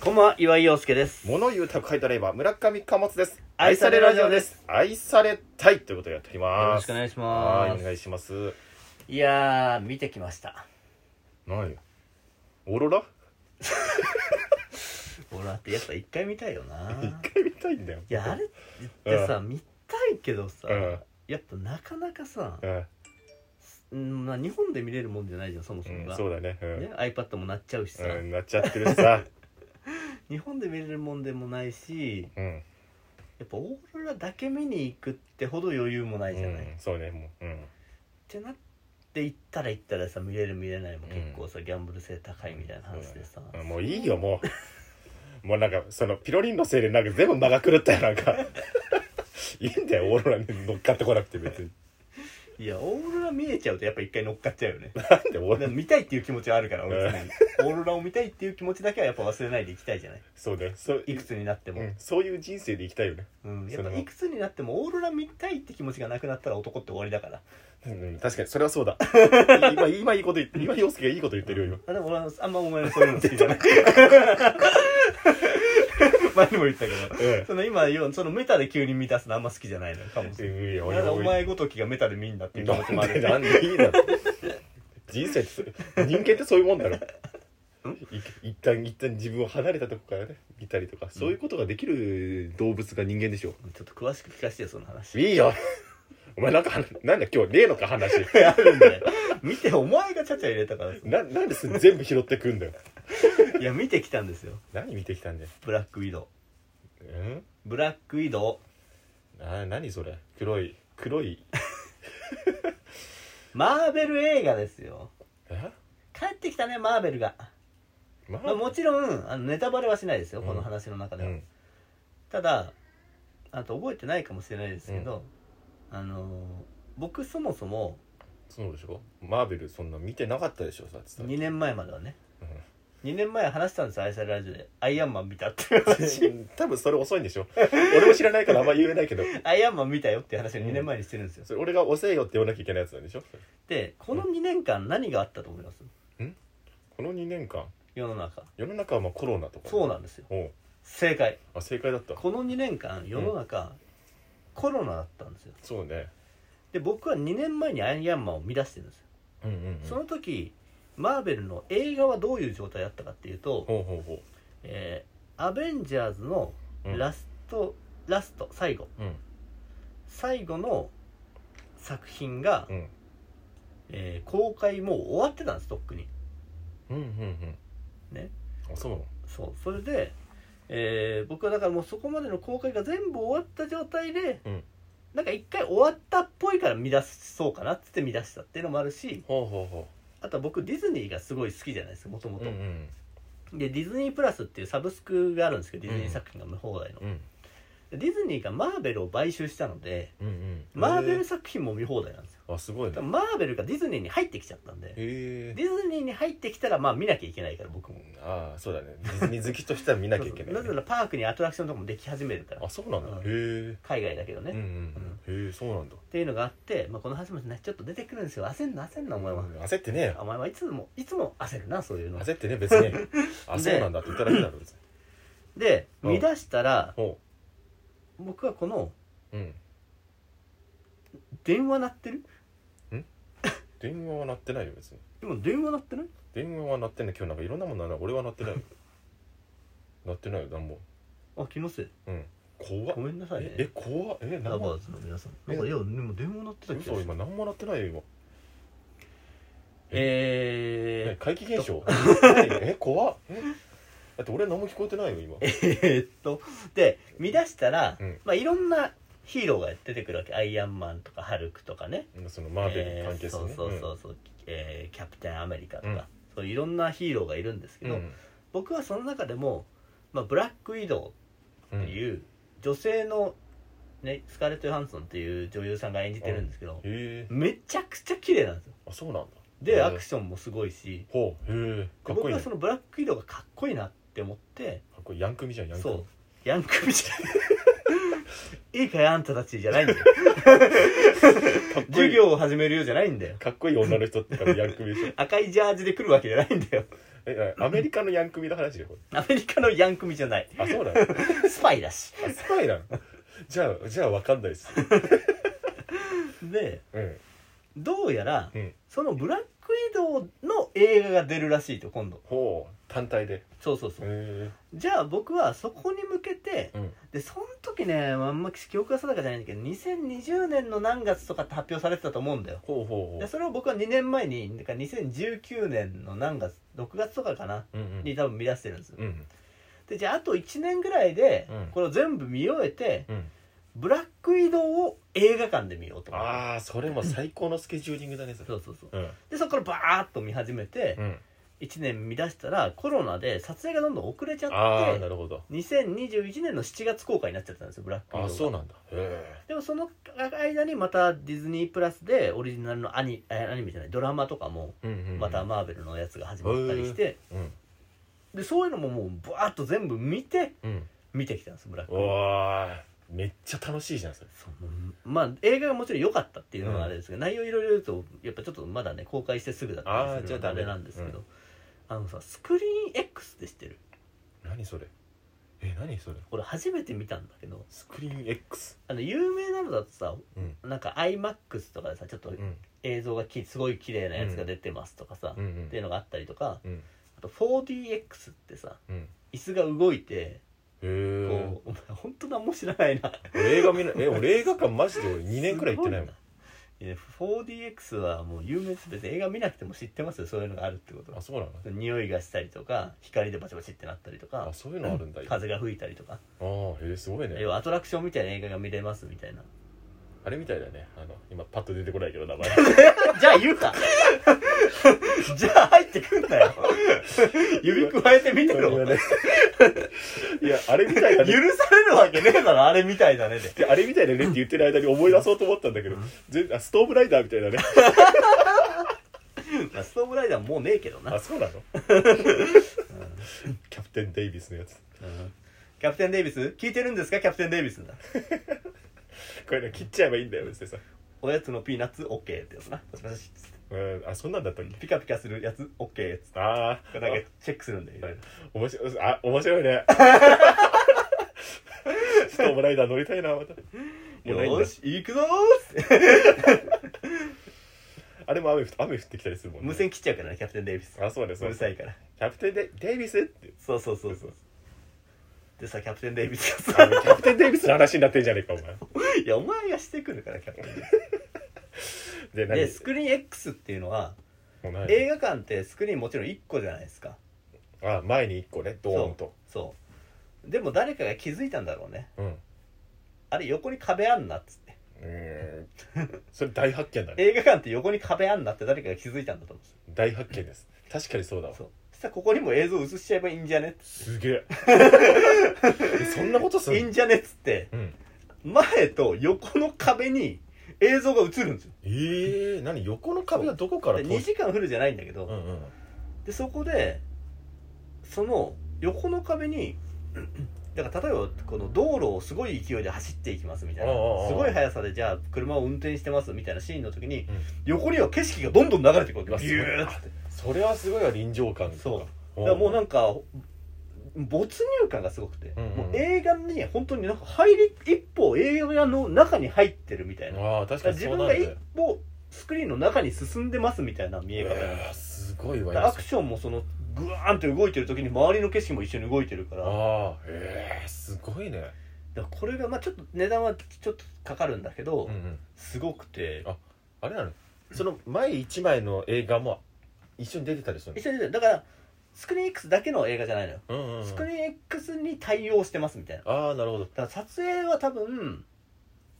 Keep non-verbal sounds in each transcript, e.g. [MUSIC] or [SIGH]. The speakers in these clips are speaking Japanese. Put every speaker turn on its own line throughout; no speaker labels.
こんばんは、岩井陽介です。
物言う宅配ドライバー村上貨物です
愛されラジオです
愛されたいということをやっております
よろしくお願いし
は
ま
いお
す。
願いします
いやー、見てきました。
何オーロラ
俺だってやっぱ一回見たいよな。い
一回見たいんだよ
や、あれってさ、見たいけどさ、
うん
やっぱなかなかさ、
うん
うんまあ、日本で見れるもんじゃないじゃん、そもそも
うん
が。
そうだねうん
ね、iPad もなっちゃうしさ、
うんなっちゃってるし
[LAUGHS]
さ
日本で見れるもんでもないし
うん
やっぱオーロラだけ見に行くってほど余裕もな
う
いじゃない、っ
んそうねもううん
てなって行ったら行ったらさ見れる見れないも結構さ、ギャンブル性高いみたいな話でさ、
うんもう [LAUGHS] いいよもうもうなんかそのピロリンのせいでなんか全部間が狂ったよなんか [LAUGHS] いいんだよオーロラに乗っかってこなくて別に
いやオーロラ見えちゃうとやっぱ一回乗っかっちゃうよね
なんでオー
で
ロラ
も見たいっていう気持ちはあるから俺常にオーロラを見たいっていう気持ちだけはやっぱ忘れないでいきたいじゃない
そうねそう
いくつになって
う
も、
ん、そういう人生で生きたいよね
うんやっ
そ
ぱ
の
いくつになってもオーロラ見たいって気持ちがなくなったら男って終わりだから
うん、確かにそれは [LAUGHS] そうだ今今いいこと言って今陽介がいいこと言ってるよ
あでも俺はあんまお前のそういうの好きじゃない [LAUGHS] 前にも言ったけど
今うん
その今要はそのメタで急に満たすのあんま好きじゃないのかもしれない
いや
だからお前
が
ごときがメタで見んなっていう気持ちもあ
なんで
る
なんでいいだろ人生ってそ人間ってそういうもんだろい一旦一旦自分を離れたとこからね見たりとかそういうことができる動物が人間でしょ
[LAUGHS] ちょっと詳しく聞かせてよその話 [LAUGHS]
ういいよお前なんか話なんだ今日ねえのか話
あるんだよ見てお前がちゃちゃ入れたからさ
ななんです全部拾ってくんだよ
いや見てきたんですよ
何見てきたんだよ
ブラックウィドウ
うん
ブラックウィドウ
な何それ黒い黒い
マーベル映画ですよ
え
帰ってきたねマーベルが、
ま
まあ、もちろんあのネタバレはしないですよ、
うん
この話の中
う
では、
ん
ただあと覚えてないかもしれないですけど、あのー僕そもそも
そうでしょマーベルそんな見てなかったでしょさつた
2年前まではね
うん
2年前話したんですよ愛されラジオでアイアンマン見たっていう話
[LAUGHS] 多分それ遅いんでしょ [LAUGHS] 俺も知らないからあんま言えないけど
[LAUGHS] アイアンマン見たよっていう話を2年前にしてるんですよ、
それ俺が「遅えよ」って言わなきゃいけないやつなんでしょ
でこの2年間何があったと思います
この2年間
世の中
世の中はまあコロナとか
そう
な
なんですよ
おう
正解
あ正解だった
この2年間世の中、コロナだったんですよ
そうね
で僕は2年前にアイアンマンを見出してるんですよ、
うんうん、うん、
その時マーベルの映画はどういう状態だったかっていうと、
ほうほうほ
えーアベンジャーズの
う、うん、
ラスト、ラスト最後
うん
最後の作品が、
うん
えー公開もう終わってたんですとっくに
うんうんうん
ね
あそうなの
そうそれで、えー僕はだからもうそこまでの公開が全部終わった状態で、
うん
なんか一回終わったっぽいから見出そうかなっつって見出したっていうのもあるし
ほうほうほ
あとは僕ディズニーがすごい好きじゃないですかもとも
う
と
う、ん
でディズニープラスっていうサブスクがあるんですけどディズニー作品が見放題の、
うんうん
ディズニーがマーベルを買収したので
うんうん
マーベ
へ
ル
ー
作品も見放題なんですよ
あすごい
だか
ね
らマーベルがディズニーに入ってきちゃったんで
へえ
ディズニーに入ってきたらまあ見なきゃいけないから僕も
ああそうだねディ [LAUGHS] ズニー好きとしては見なきゃいけない、ね、
そうそうなぜならパークにアトラクションとかもでき始めるから
あそうなんだ、
うん
へえ
海外だけどね、
うんうんうんへえそうなんだ
っていうのがあって、まあ、この話もねちょっと出てくるんですよ焦んな焦んなお前は、
焦ってねえよ
お前はいつもいつも焦るなそういうの
焦ってね
[LAUGHS]
別にあ
で
そうなんだって言っただけだろ別に
で
うん
見出したら
ほ
僕はこの
ううん
電話鳴ってる
電話は鳴ってないよ別に
今電話鳴ってない
電話は鳴ってんの今日なんかいろんなもの鳴らない俺は鳴ってないよ鳴ってないよ何も
あ気のせい
うん怖っ
ごめんなさいね
ええ怖っえ
ラ
何
バ
も
ーズの皆さんなんかいやでも電話鳴ってたっけ
嘘今何も鳴ってないよ今
え
え怪奇現象何 [LAUGHS] え怖っえだって俺何も聞こえてないよ今
ー、えーっとで見出したら、
うん
まあ、いろんなヒーローが出てくるわけアイアンマンとかハルクとかね
うんそのマーベルに
え
関係
ー
す
そ
る
う
ね
そうそうそう、えーキャプテンアメリカとか、
うん
そういろんなヒーローがいるんですけ
うん
ど、僕はその中でも、まあ、ブラックウィド
う
ウ
ん
っていう女性の、ね、スカーレット・ヨハンソンっていう女優さんが演じてるんですけど
へ、え
めちゃくちゃ綺麗なんですよ
あそうなんだへ
で、
え
アクションもすごいし
ほうへえかっこ
僕
いい
は
ね
そ
か
のブラックウィドウがかっこいいなって思って
っこいいヤンクミじゃんヤンクミ
そうヤンクミじゃん [LAUGHS] いいかよあんたたちじゃないんだよ
かっこい
[LAUGHS] 授
い
業を始めるようじゃないんだよ
かっこいい女の人って多分ヤンクミでしょ
赤いジャージで来るわけじゃないんだよ
えアメリカのヤンクミの話
[LAUGHS]
よこ
アメリカのヤン組じゃない
れあそうなのあ
スパイだし
スパイなのじゃあじゃあ分かんないです
で
うん
どうやら、
うん
そのブラック移動の映画が出るらしいと今度
ほう単体でへ
そうそうそう、
え
じゃあ僕はそこに向けて、
うん
でその時ねあんま記憶が定かじゃないんだけど2020年の何月とかって発表されてたと思うんだよ
ほうほうほ
でそれを僕は2年前にだから2019年の何月6月とかかな
ううんうん
に多分見出してるんです
うん
でじゃああと1年ぐらいで、
うん
これを全部見終えて
うん
ブラック移動を映画館で見ようと思って
ああそれも最高のスケジューリングだねそれ
そうそうそう
うん
でそこからバーッと見始めて
うん
1年見出したらコロナで撮影がどんどん遅れちゃ
ああ
っ
な
て
るほど
2021年の7月公開になっちゃったんですよブラック
あ
移
あ
動
そう
が
なんだへ
でもその間にまたディズニープラスでオリジナルのアニえアニメじゃないドラマとかも
えうんうんうん
またマーベルのやつが始まったりして、
うん
でそういうのももうバーッと全部見て
うん
見てきたんですブラック
うわあめっちゃ楽しいじゃんそれ
そうまあ映画がもちろん良かったっていうのはあれですけど、内容いろいろ言うとやっぱちょっとまだね公開してすぐだったりす
あー
る
じゃあ
ので
ダメ
あれなんですけど、あのさスクリーン X って知ってる
何それえ何それ
俺初めて見たんだけど
スクリーン X
あの有名なのだとさ
うん
なんか iMAX とかでさちょっと
うん
映像がきすごい綺麗なやつが出てますとかさ、
うんうん
っていうのがあったりとか
うん
あと 4DX ってさ
うん
椅子が動いて
へえ
こう、お前ほんと何も知らないな
俺映画見ないえ俺映画館マジで俺2年くらい行ってないもん
すごいないや 4DX はもう有名です別に映画見なくても知ってますよそういうのがあるってこと
あそうなの
匂いがしたりとか光でバチバチってなったりとか
あそういうのあるんだ今あ
風が吹いたりとか
あーへえすごいね
要はアトラクションみたいな映画が見れますみたいな
あれみたいだねあの今パッと出てこないけど名前
じゃあ言うか [LAUGHS] じゃあ入ってくんなよ指くわえてみてろ許
いやあれみたい
さ
だね
れるわけねえだろあれみたいだねで
であれみたいだねって言ってる間に思い出そうと思ったんだけど、全あストーブライダーみたいだね
まあストーブライダーもうねえけどな、
あそうなのキャプテン・デイビスのやつ
うんキャプテン・デイビス聞いてるんですかキャプテン・デイビスだ
これね切っちゃえばいいんだよ別にさ、
おやつのピーナッツオッケーってやつなパチパチっつって
うん、あそんなんだったっけ
ピカピカするやつオッケーっつって
ああ
なんかチェックするんだよいろいろ
面白いあ面白い
[LAUGHS]
ねストーブライダー乗りたいなまたもうないんだ
よーし行くぞーっつって
あれも雨降っ雨降ってきたりするもんね
無線切っちゃうからねキャプテン・デイビス
あそうね
う
そう
る
ね
さいから
キャプテンデデイビスって
そうそうそうそうでさキャプテン・デイビスが
あ
さ
のキャプテンデイビスの話になってんじゃねえかお前
[LAUGHS] いやお前がしてくるからキャプテン・デイビ
で
スでスクリーン X っていうのは
もうない
映画館ってスクリーンもちろん1個じゃないですか
あ前に一個ねドーンと
そうでも誰かが気づいたんだろうね
うんう
あれ横に壁あんなっつって
ーん [LAUGHS] それ大発見だね
映画館って横に壁あんなって誰かが気づいたんだと思うんですよ
大発見です確かにそうだわ
そうそしたらここにも映像映しちゃえばいいんじゃねっつ
すげ
[LAUGHS]
ええそんなことす
っていい
る
んじゃねっつって
うん
前と横の壁に映像が映るんですよ
ええ何横の壁はどこから
で2
通し
時間フルじゃないんだけど、
うんうん
でそこでその横の壁に [CLEARS THROAT] だから例えばこの道路をすごい勢いで走っていきますみたいな
ああああ
すごい速さでじゃあ車を運転してますみたいなシーンの時に、
ん
横には景色がどんどん流れてくる
うわ
わけビュー
す
ッ
ご
て
それはすごいわ臨場感
そう
だ
だからもうなんんか没入感がすごくて、
うんうん
もう映画に本当になんか入り一歩映画の中に入ってるみたいな
ああ確かに
自
そう
分
なん
が
だ
一
よ
歩スクリーンの中に進んでますみたいな見え方
うわすごいわ
アクションもそのグワーンって動いてる時に周りの景色も一緒に動いてるからだか
ああへえすごいね
らこれがまあちょっと値段はちょっとかかるんだけど、
うんうん
すごくて
ああれなのその前一枚の映画も一緒に出てたりする
一緒に出てだからスクリーン X だけの映画じゃないのよ、
のうんうん
スクリーン X に対応してますみたいなだ
ああなるほど
から撮影は多分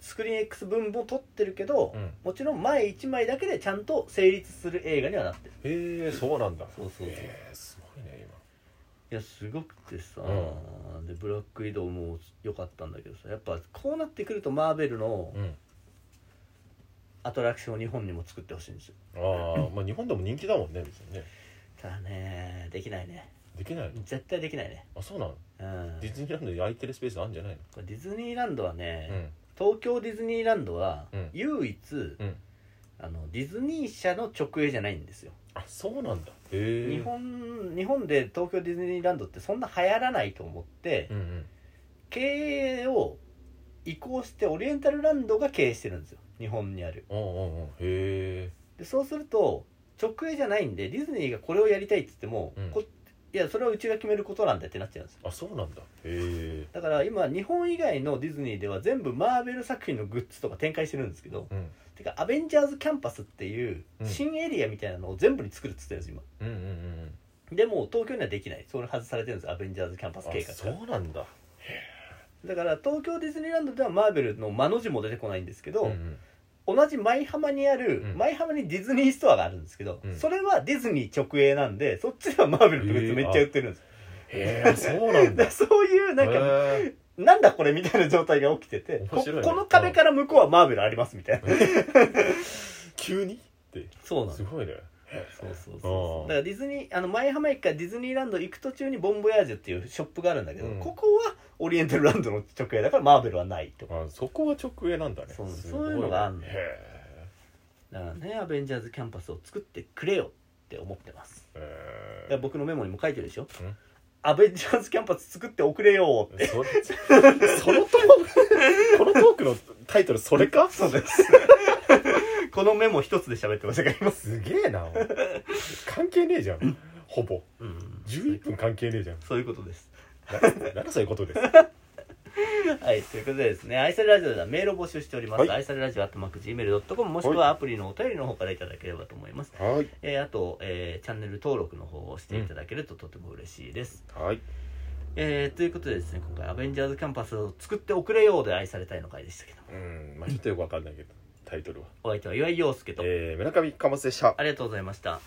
スクリーン X 分も撮ってるけど、
うん
もちろん前1枚だけでちゃんと成立する映画にはなってる
へえそうなんだ
そうそうそう
へえすごいね
いやすごくてさ、
う
でブラック移動も良かったんだけどさやっぱこうなってくるとマーベルの
今うん
アトラクションを日本にも作ってほしいんですよ [LAUGHS]
ああまあ日本でも人気だもんね別にね
ただねできないね
できないの
絶対できないね
あそうなの
うん
ディズニーランドで空いてるスペースあるんじゃないの
これディズニーランドはね、
うん
東京ディズニーランドは
うん
唯一、
うん
あのディズニー社の直営じゃないんですよ、
あそうなんだへえ
日本日本で東京ディズニーランドってそんな流行らないと思って、
うんうん
経営を移行してオリエンタルランドが経営してるんですよ日本にある
うんうんうんへえ
でそうすると直営じゃないんでディズニーがこれをやりたいっつっても、
うん
こいやそれはうちが決めることなんだってなっちゃうんですよ
あそうなんだへえ
だから今日本以外のディズニーでは全部マーベル作品のグッズとか展開してるんですけど
うん
てかアベンジャーズキャンパスっていう
うん
新エリアみたいなのを全部に作るっつってるんです今
うんうんうん
でも東京にはできないそれ外されてるんですアベンジャーズキャンパス計
あ
画
そ
が
うなんだ
だから東京ディズニーランドではマーベルの「間」の字も出てこないんですけど、
うん
同じ舞浜にある、
うん
舞浜にディズニーストアがあるんですけど、
うん
それはディズニー直営なんでそっちではマーベルとかめっちゃ売ってるんです、
へえそうなん
だか
だ
らそういう [LAUGHS] なんか、 [LAUGHS]
へ
なんだこれみたいな状態が起きてて、こ
面白いね
この壁から向こうはマーベルありますみたいな、
ー急にって
そうなん
す
です
ごいね
そうそうそう
あ
そ
ー
うだからディズニーあの舞浜駅からディズニーランド行く途中にボンボヤージュっていうショップがあるんだけど、
うん
ここはオリエンタルランドの直営だからマーベルはないと
あそこは直営なんだね
そう
す
そ
ご
ういうのがあんの
ねへ
だからねアベンジャーズキャンパスを作ってくれよって思ってます
ー
だ
へ
から
ー
僕のメモにも書いてるでしょ、
うん
アベンジャーズキャンパス作っておくれよって [LAUGHS]
そそのトーク [LAUGHS] このトークのタイトルそれか
そうですこのメモ一つで喋ってましたから今
すげえなお前関係ねえじゃんほぼ
うん
11分関係ねえじゃん
そういうことです
な [LAUGHS] なんだそういうことです
はい、ということでですね、愛されラジオではメールを募集しております。
はい
愛されラジオ、アットマーク、gmail.com、もしくはアプリのお便りの方からいただければと思います。
はい
えーあと、えーチャンネル登録の方をしていただけるととても嬉しいです。
はい
えーということでですね、今回、アベンジャーズキャンパスを作っておくれようで愛されたいの回でしたけども、
うんまあちょっとよくわかんないけどタイトルは
お相手は岩井陽介と、
えー、村上貨物でした
ありがとうございました。